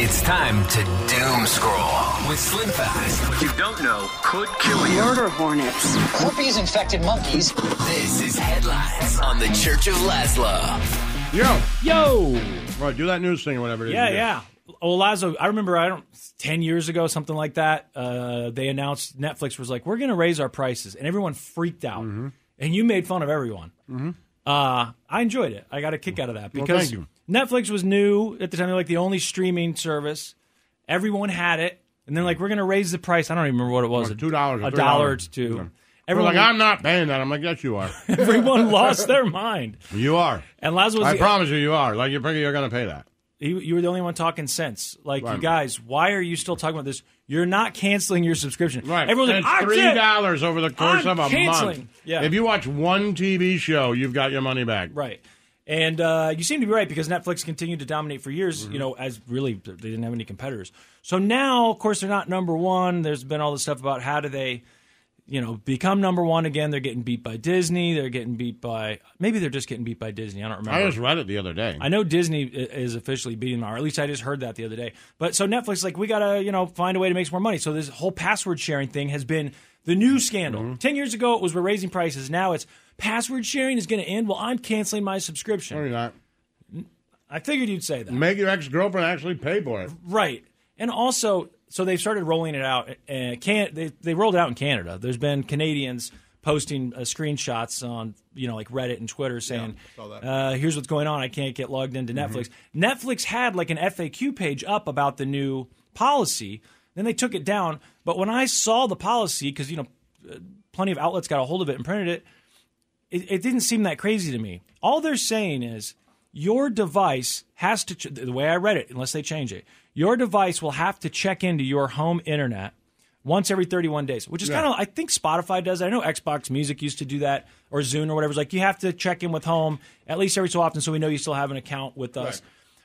It's time to doom scroll with Slim Fast. What you don't know could kill you. Murder hornets. Corpies infected monkeys. This is headlines on the Church of Laszlo. Yo, Yo! right, do that news thing or whatever. it is Yeah, you do. yeah. Well, Lazo, I remember, I don't, 10 years ago, something like that, uh, they announced Netflix was like, we're going to raise our prices. And everyone freaked out. Mm-hmm. And you made fun of everyone. Uh, I enjoyed it. I got a kick out of that Well, because thank you. Netflix was new at the time. They're like the only streaming service. Everyone had it. And they're like, we're going to raise the price. I don't even remember what it was. Like $2 or A $3. dollar to two. Yeah. We're Everyone, like, I'm not paying that. I'm like, yes, you are. everyone lost their mind. you are. And Lazo was I the promise you, you are. Like, you're, you're going to pay that. you, you were the only one talking sense. Like, you Right. guys, why are you still talking about this? You're not canceling your subscription. Right. Everyone's And like, it's I three can't. dollars over the course I'm of a canceling. month. Yeah. If you watch one TV show, you've got your money back. Right. And uh, you seem to be right because Netflix continued to dominate for years, Mm-hmm. you know, as really they didn't have any competitors. So now, of course, they're not number one. There's been all this stuff about how do they, you know, become number one again. They're getting beat by Disney. They're getting beat by, maybe they're just getting beat by Disney. I don't remember. I just read it the other day. I know Disney i- is officially beating them, or at least I just heard that the other day. But so Netflix, is like, we gotta, you know, find a way to make some more money. So this whole password sharing thing has been the new scandal. Ten years ago, it was we're raising prices. Now it's password sharing is going to end. Well, I'm canceling my subscription. No, you're not. I figured you'd say that, Make your ex girlfriend actually pay for it. right? And also, so they started rolling it out. Uh, can they? They rolled it out in Canada. There's been Canadians posting uh, screenshots on you know like Reddit and Twitter saying, uh, "Here's what's going on. I can't get logged into Netflix." Netflix had like an FAQ page up about the new policy. Then they took it down. But when I saw the policy, because you know, uh, plenty of outlets got a hold of it and printed it, it, it didn't seem that crazy to me. All they're saying is your device has to, ch- the way I read it, unless they change it, your device will have to check into your home internet once every 31 days, which is kind of, I think Spotify does. that. I know Xbox Music used to do that or Zune or whatever. It's like you have to check in with home at least every so often so we know you still have an account with us.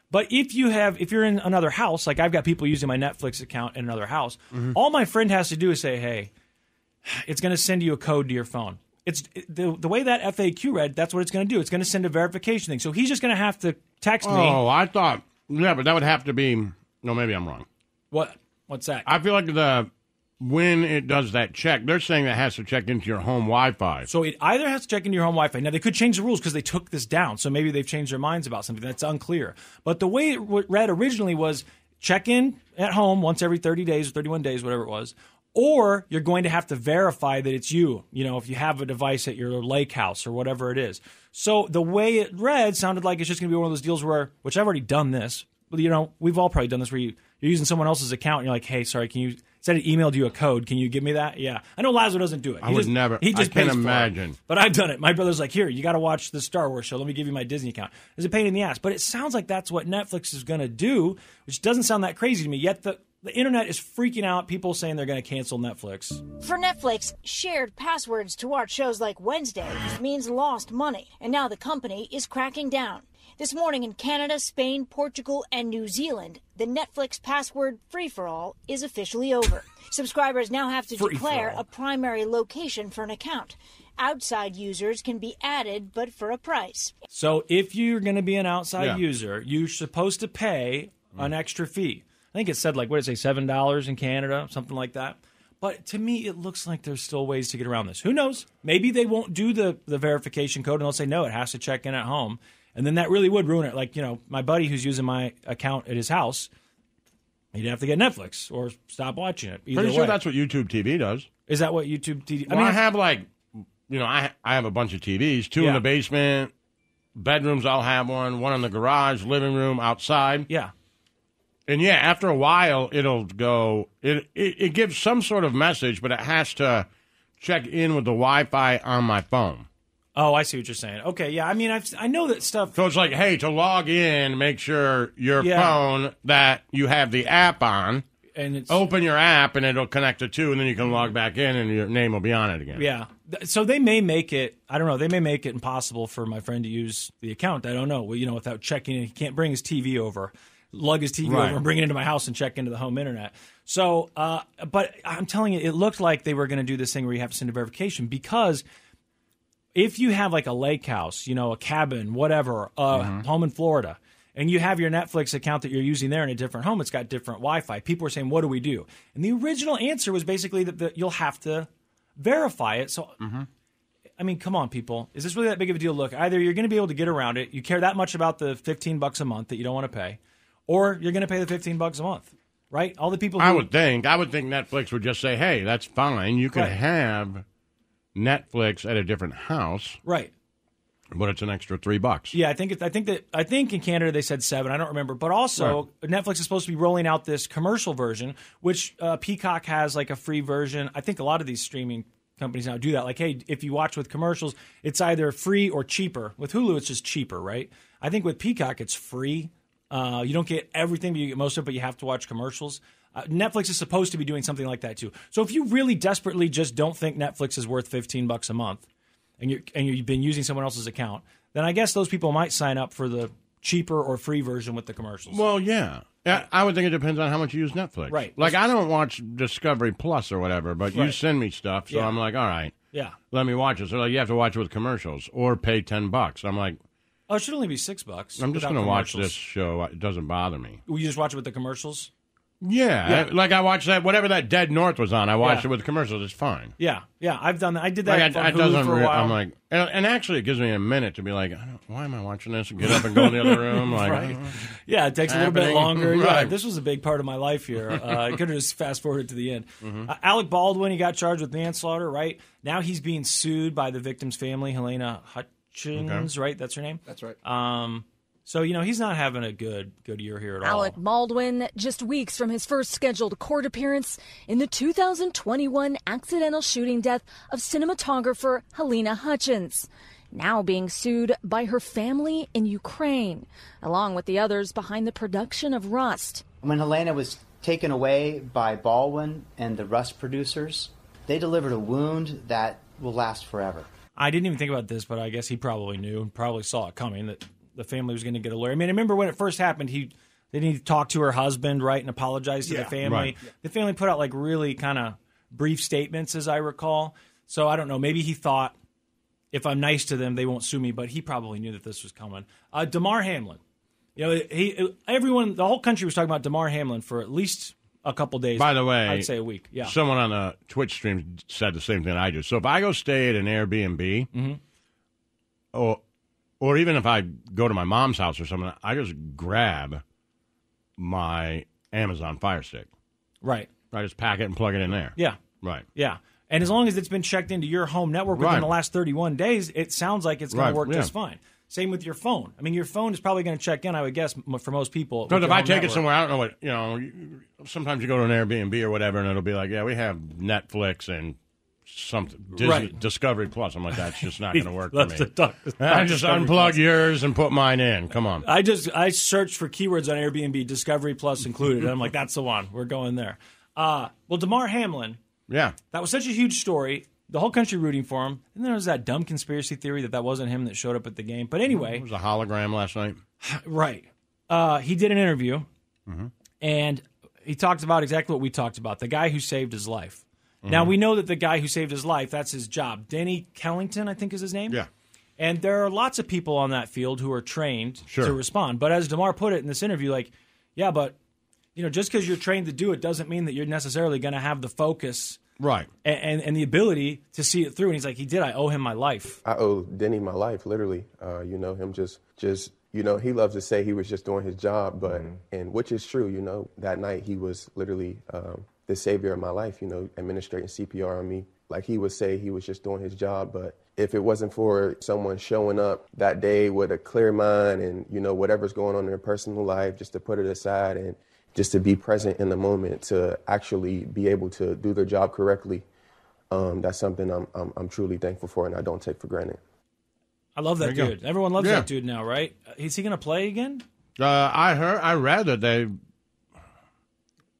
But if you have, if you're in another house, like I've got people using my Netflix account in another house, all my friend has to do is say, hey, it's going to send you a code to your phone. It's the, the way that FAQ read. That's what it's going to do. It's going to send a verification thing. So he's just going to have to text me. Oh, I thought. Yeah, but that would have to be. No, maybe I'm wrong. What? What's that? I feel like the when it does that check, they're saying that has to check into your home Wi-Fi. so it either has to check into your home Wi-Fi. Now they could change the rules because they took this down. So maybe they've changed their minds about something. That's unclear. But the way it w- read originally was check in at home once every 30 days or 31 days, whatever it was. Or you're going to have to verify that it's you. You know, if you have a device at your lake house or whatever it is. So the way it read sounded like it's just going to be one of those deals where, which I've already done this, Well, you know, we've all probably done this where you, you're using someone else's account and you're like, hey, sorry, can you, said it emailed you a code. Can you give me that? Yeah. I know Lazaro doesn't do it. I would never- He just I can't pays for it. imagine. But I've done it. My brother's like, here, you got to watch the Star Wars show. Let me give you my Disney account. It's a pain in the ass. But it sounds like that's what Netflix is going to do, which doesn't sound that crazy to me. Yet the, the internet is freaking out. People saying they're going to cancel Netflix. For Netflix, shared passwords to watch shows like Wednesday means lost money, and now the company is cracking down. This morning in Canada, Spain, Portugal, and New Zealand, the Netflix password free for all is officially over. Subscribers now have to declare Free-for-all. a primary location for an account. Outside users can be added, but for a price. So if you're going to be an outside Yeah. Mm. user, you're supposed to pay an extra fee. I think it said like what did it say, seven dollars in Canada, something like that. But to me, it looks like there's still ways to get around this. Who knows? Maybe they won't do the the verification code and they'll say no, it has to check in at home, and then that really would ruin it. Like you know, my buddy who's using my account at his house, he'd have to get Netflix or stop watching it. Either Pretty sure way. that's what YouTube TV does. is that what YouTube? TV, I mean, I have like, you know, I I have a bunch of TVs. Two in Yeah. the basement, bedrooms. I'll have one. One in the garage, living room, outside. yeah. And yeah, after a while, it'll go. It, it it gives some sort of message, but it has to check in with the Wi-Fi on my phone. Oh, I see what you're saying. Okay, yeah. I mean, I've, I know that stuff. So it's like, hey, to log in, make sure your Yeah. phone that you have the app on. And it's Open your app, and it'll connect to two, and then you can log back in, and your name will be on it again. Yeah. Th- So they may make it. I don't know. They may make it impossible for my friend to use the account. I don't know. Well, you know, without checking, in, he can't bring his TV over, lug his TV Right. over, and bring it into my house and check into the home internet. So, uh, but I'm telling you, it looked like they were going to do this thing where you have to send a verification because if you have like a lake house, you know, a cabin, whatever, uh, home in Florida, and you have your Netflix account that you're using there in a different home, it's got different Wi-Fi. People are saying, "What do we do?" And the original answer was basically that, that you'll have to verify it. So, I mean, come on, people, is this really that big of a deal? Look, either you're going to be able to get around it, you care that much about the 15 bucks a month that you don't want to pay, or you're going to pay the 15 bucks a month, right? All the people who I would think. I would think Netflix would just say, "Hey, that's fine. You can Right. have Netflix at a different house, right. but it's an extra three bucks." Yeah, I think it, I think that I think in Canada they said seven. I don't remember, but also Netflix is supposed to be rolling out this commercial version, which uh, Peacock has like a free version. I think a lot of these streaming companies now do that. Like, hey, if you watch with commercials, it's either free or cheaper. With Hulu, it's just cheaper, right? I think with Peacock, it's free. Uh, you don't get everything, but you get most of it. But you have to watch commercials. Uh, Netflix is supposed to be doing something like that too. So if you really desperately just don't think Netflix is worth fifteen bucks a month, and you and you've been using someone else's account, then I guess those people might sign up for the cheaper or free version with the commercials. Well, yeah. Yeah, I would think it depends on how much you use Netflix. Right. Like I don't watch Discovery Plus or whatever, but you Right. send me stuff, so Yeah. I'm like, all right, yeah. let me watch it. So like, you have to watch it with commercials or pay ten bucks. I'm like, Oh, it should only be six bucks. I'm just without going to watch commercials. this show. It doesn't bother me. Will you just watch it with the commercials? Yeah, I- like I watched that whatever that Dead North was on. I watched Yeah. it with commercials. It's fine. Yeah, yeah. I've done that. I did that Like I, on I Hulu doesn't. for a re- while. I'm like, and, and actually, it gives me a minute to be like, I don't, why am I watching this? And get up and go in the other room. Like, Right. Yeah, it takes a little bit Happening. longer. Yeah, Right. this was a big part of my life here. Uh, I could have just fast forwarded to the end. Mm-hmm. Uh, Alec Baldwin, he got charged with manslaughter, right? Now he's being sued by the victim's family, Helena Hutchins, right? That's her name. That's right. Um, so you know he's not having a good good year here at Alec all. Baldwin, just weeks from his first scheduled court appearance in the 2021 accidental shooting death of cinematographer Helena Hutchins, now being sued by her family in Ukraine, along with the others behind the production of Rust. When Helena was taken away by Baldwin and the Rust producers, they delivered a wound that will last forever. I didn't even think about this, but I guess he probably knew and probably saw it coming that the family was going to get a lawyer. I mean, I remember when it first happened, he they needed to talk to her husband, right, and apologize to the family. Right. The family put out like really kind of brief statements, as I recall. So I don't know. Maybe he thought if I'm nice to them, they won't sue me, but he probably knew that this was coming. Uh, Damar Hamlin, you know, he everyone, the whole country was talking about Damar Hamlin for at least a couple days. By the way, I'd say a week. Yeah, Someone on the Twitch stream said the same thing I do. So if I go stay at an Airbnb, Mm-hmm. or or even if I go to my mom's house or something, I just grab my Amazon Fire Stick. right. I just pack it and plug it in there. Yeah. Right. Yeah. And as long as it's been checked into your home network within Right. the last 31 days, it sounds like it's going Right, to work yeah. just fine. Same with your phone. I mean, your phone is probably going to check in, I would guess, m- for most people. Because with if your I home take it network. somewhere, I don't know what you know. you- Sometimes you go to an Airbnb or whatever, and it'll be like, yeah, we have Netflix and something Disney, Right. Discovery Plus. I'm like, that's just not going to work for Let's me. talk- I just Discovery unplug Plus. yours and put mine in. Come on. I just I searched for keywords on Airbnb, Discovery Plus included. and I'm like, that's the one. We're going there. Uh, well, Damar Hamlin, Yeah. that was such a huge story. The whole country rooting for him. And there was that dumb conspiracy theory that that wasn't him that showed up at the game. But anyway, It was a hologram last night. Right. Uh, he did an interview, and he talked about exactly what we talked about the guy who saved his life. Now, we know that the guy who saved his life, that's his job. Denny Kellington, I think is his name. Yeah. And there are lots of people on that field who are trained Sure. to respond. But as DeMar put it in this interview, like, yeah, but, you know, just because you're trained to do it doesn't mean that you're necessarily going to have the focus Right. and, and, and the ability to see it through. And he's like, he did. I owe him my life. I owe Denny my life, literally. Uh, you know, him just, just, you know, he loves to say he was just doing his job, but, and which is true, you know, that night he was literally um, the savior of my life, you know, administrating CPR on me. Like he would say he was just doing his job, but if it wasn't for someone showing up that day with a clear mind and, you know, whatever's going on in their personal life, just to put it aside and just to be present in the moment, to actually be able to do their job correctly, um, that's something I'm, I'm, I'm truly thankful for and I don't take for granted. I love that There you go. dude. Everyone loves Yeah. that dude now, right? Uh, Is he going to play again? Uh, I heard. I read that they,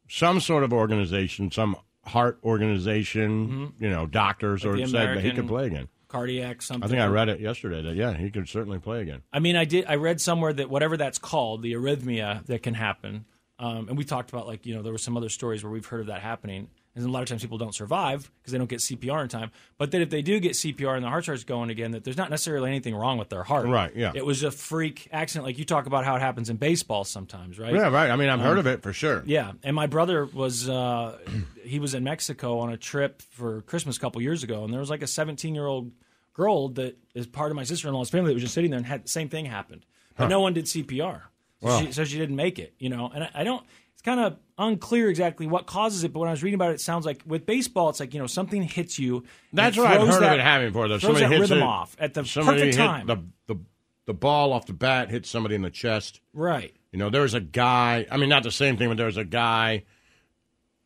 some sort of organization, some heart organization, you know, doctors or Mm-hmm. the said that he American- could play again. Cardiac, something. I think I read it yesterday that yeah, he could certainly play again. I mean, I did. I read somewhere that whatever that's called, the arrhythmia that can happen, um, and we talked about like you know there were some other stories where we've heard of that happening. and a lot of times people don't survive because they don't get CPR in time. But that if they do get CPR and the heart starts going again, that there's not necessarily anything wrong with their heart. Right, yeah. It was a freak accident, like you talk about how it happens in baseball sometimes, right? Yeah, right. I mean, I've heard of it for sure. Yeah, and my brother was uh, he was in Mexico on a trip for Christmas a couple years ago, and there was like a 17 year old girl that is part of my sister in law's family that was just sitting there and had the same thing happened, but no one did CPR, so, she, so she didn't make it. You know, and I, I don't. It's kind of unclear exactly what causes it, but when I was reading about it, it sounds like with baseball, it's like you know something hits you. and That's it what I've throws heard that, of it happening before. Though throws somebody that hits rhythm it- off at the somebody perfect hit time. The, the the ball off the bat hits somebody in the chest. right. You know, there was a guy. I mean, not the same thing, but there was a guy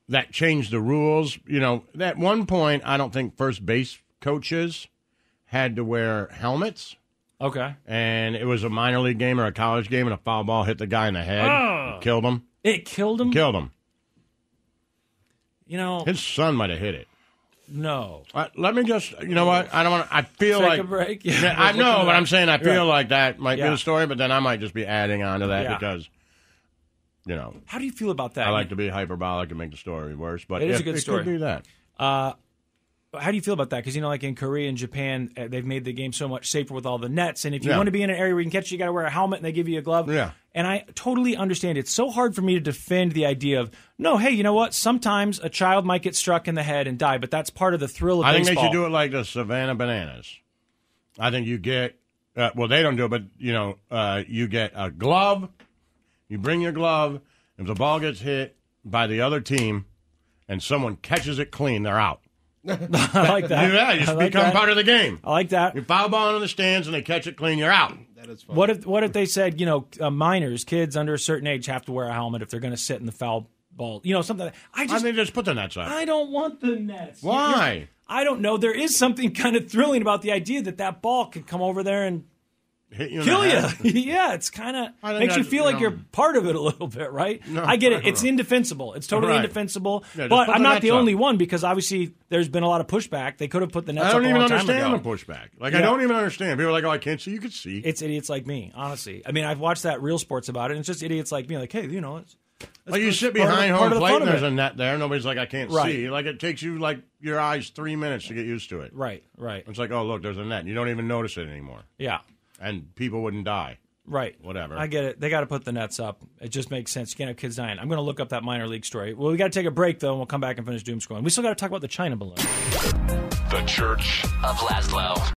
that changed the rules. You know, at one point, I don't think first base coaches had to wear helmets, Okay. and it was a minor league game or a college game, and a foul ball hit the guy in the head, Ah. and killed him, It killed him. killed him. you know. His son might have hit it. no. Uh, let me just, you know what? I don't want. to I feel Take like a break. Yeah, I know, but I'm saying I feel Right. like that might be Yeah. the story, but then I might just be adding on to that Yeah. because, you know, How do you feel about that? I like to be hyperbolic and make the story worse. But It is if- a good it story. Could be that. how do you feel about that? Because you know, like in Korea and Japan, uh, they've made the game so much safer with all the nets. And if you Yeah. want to be in an area where you can catch, it, you got to wear a helmet, and they give you a glove. Yeah. And I totally understand. It's so hard for me to defend the idea of no. Hey, you know what? Sometimes a child might get struck in the head and die, but that's part of the thrill of I think baseball. they should do it like the Savannah Bananas. I think you get. Uh, well, they don't do it, but you know, uh, you get a glove. You bring your glove. If the ball gets hit by the other team, and someone catches it clean, they're out. I like that. Yeah, you I just like become that. part of the game. I like that. You foul ball into the stands and they catch it clean, you're out. What if what if they said you know uh, minors, kids under a certain age, have to wear a helmet if they're going to sit in the foul ball? You know something. like- I I just Uh, think just put the nets up. I don't want the nets. You're- Why? you're- I don't know. There is something kind of thrilling about the idea that that ball could come over there and Hit you in kill the you. head. yeah, it's kind I of think makes you that's- feel like um, you're part of it a little bit, right? No, I get I it. don't It's know. indefensible. It's totally Right. indefensible. Yeah, just but put I'm the not the nets up. only one because obviously there's been a lot of pushback. They could have put the nets I don't up a even long time understand the ago. pushback. Like I Yeah. don't even understand. People are like, "Oh, I can't see." You can see. It's idiots like me, honestly. I mean, I've watched that real sports about it, and it's just idiots like me, like, hey, you know, it's like you it's sit part of the- behind part home of the plate fun and of there's it. a net there. Nobody's like, "I can't Right. see." Like it takes you like your eyes three minutes to get used to it. right, right, It's like, "Oh, look, there's a net." You don't even notice it anymore, yeah. and people wouldn't die. Right. Whatever. I get it. They got to put the nets up. It just makes sense. You can't have kids dying. I'm going to look up that minor league story. Well, we got to take a break, though, and we'll come back and finish doom scrolling. We still got to talk about the China balloon. The Church Of Laszlo.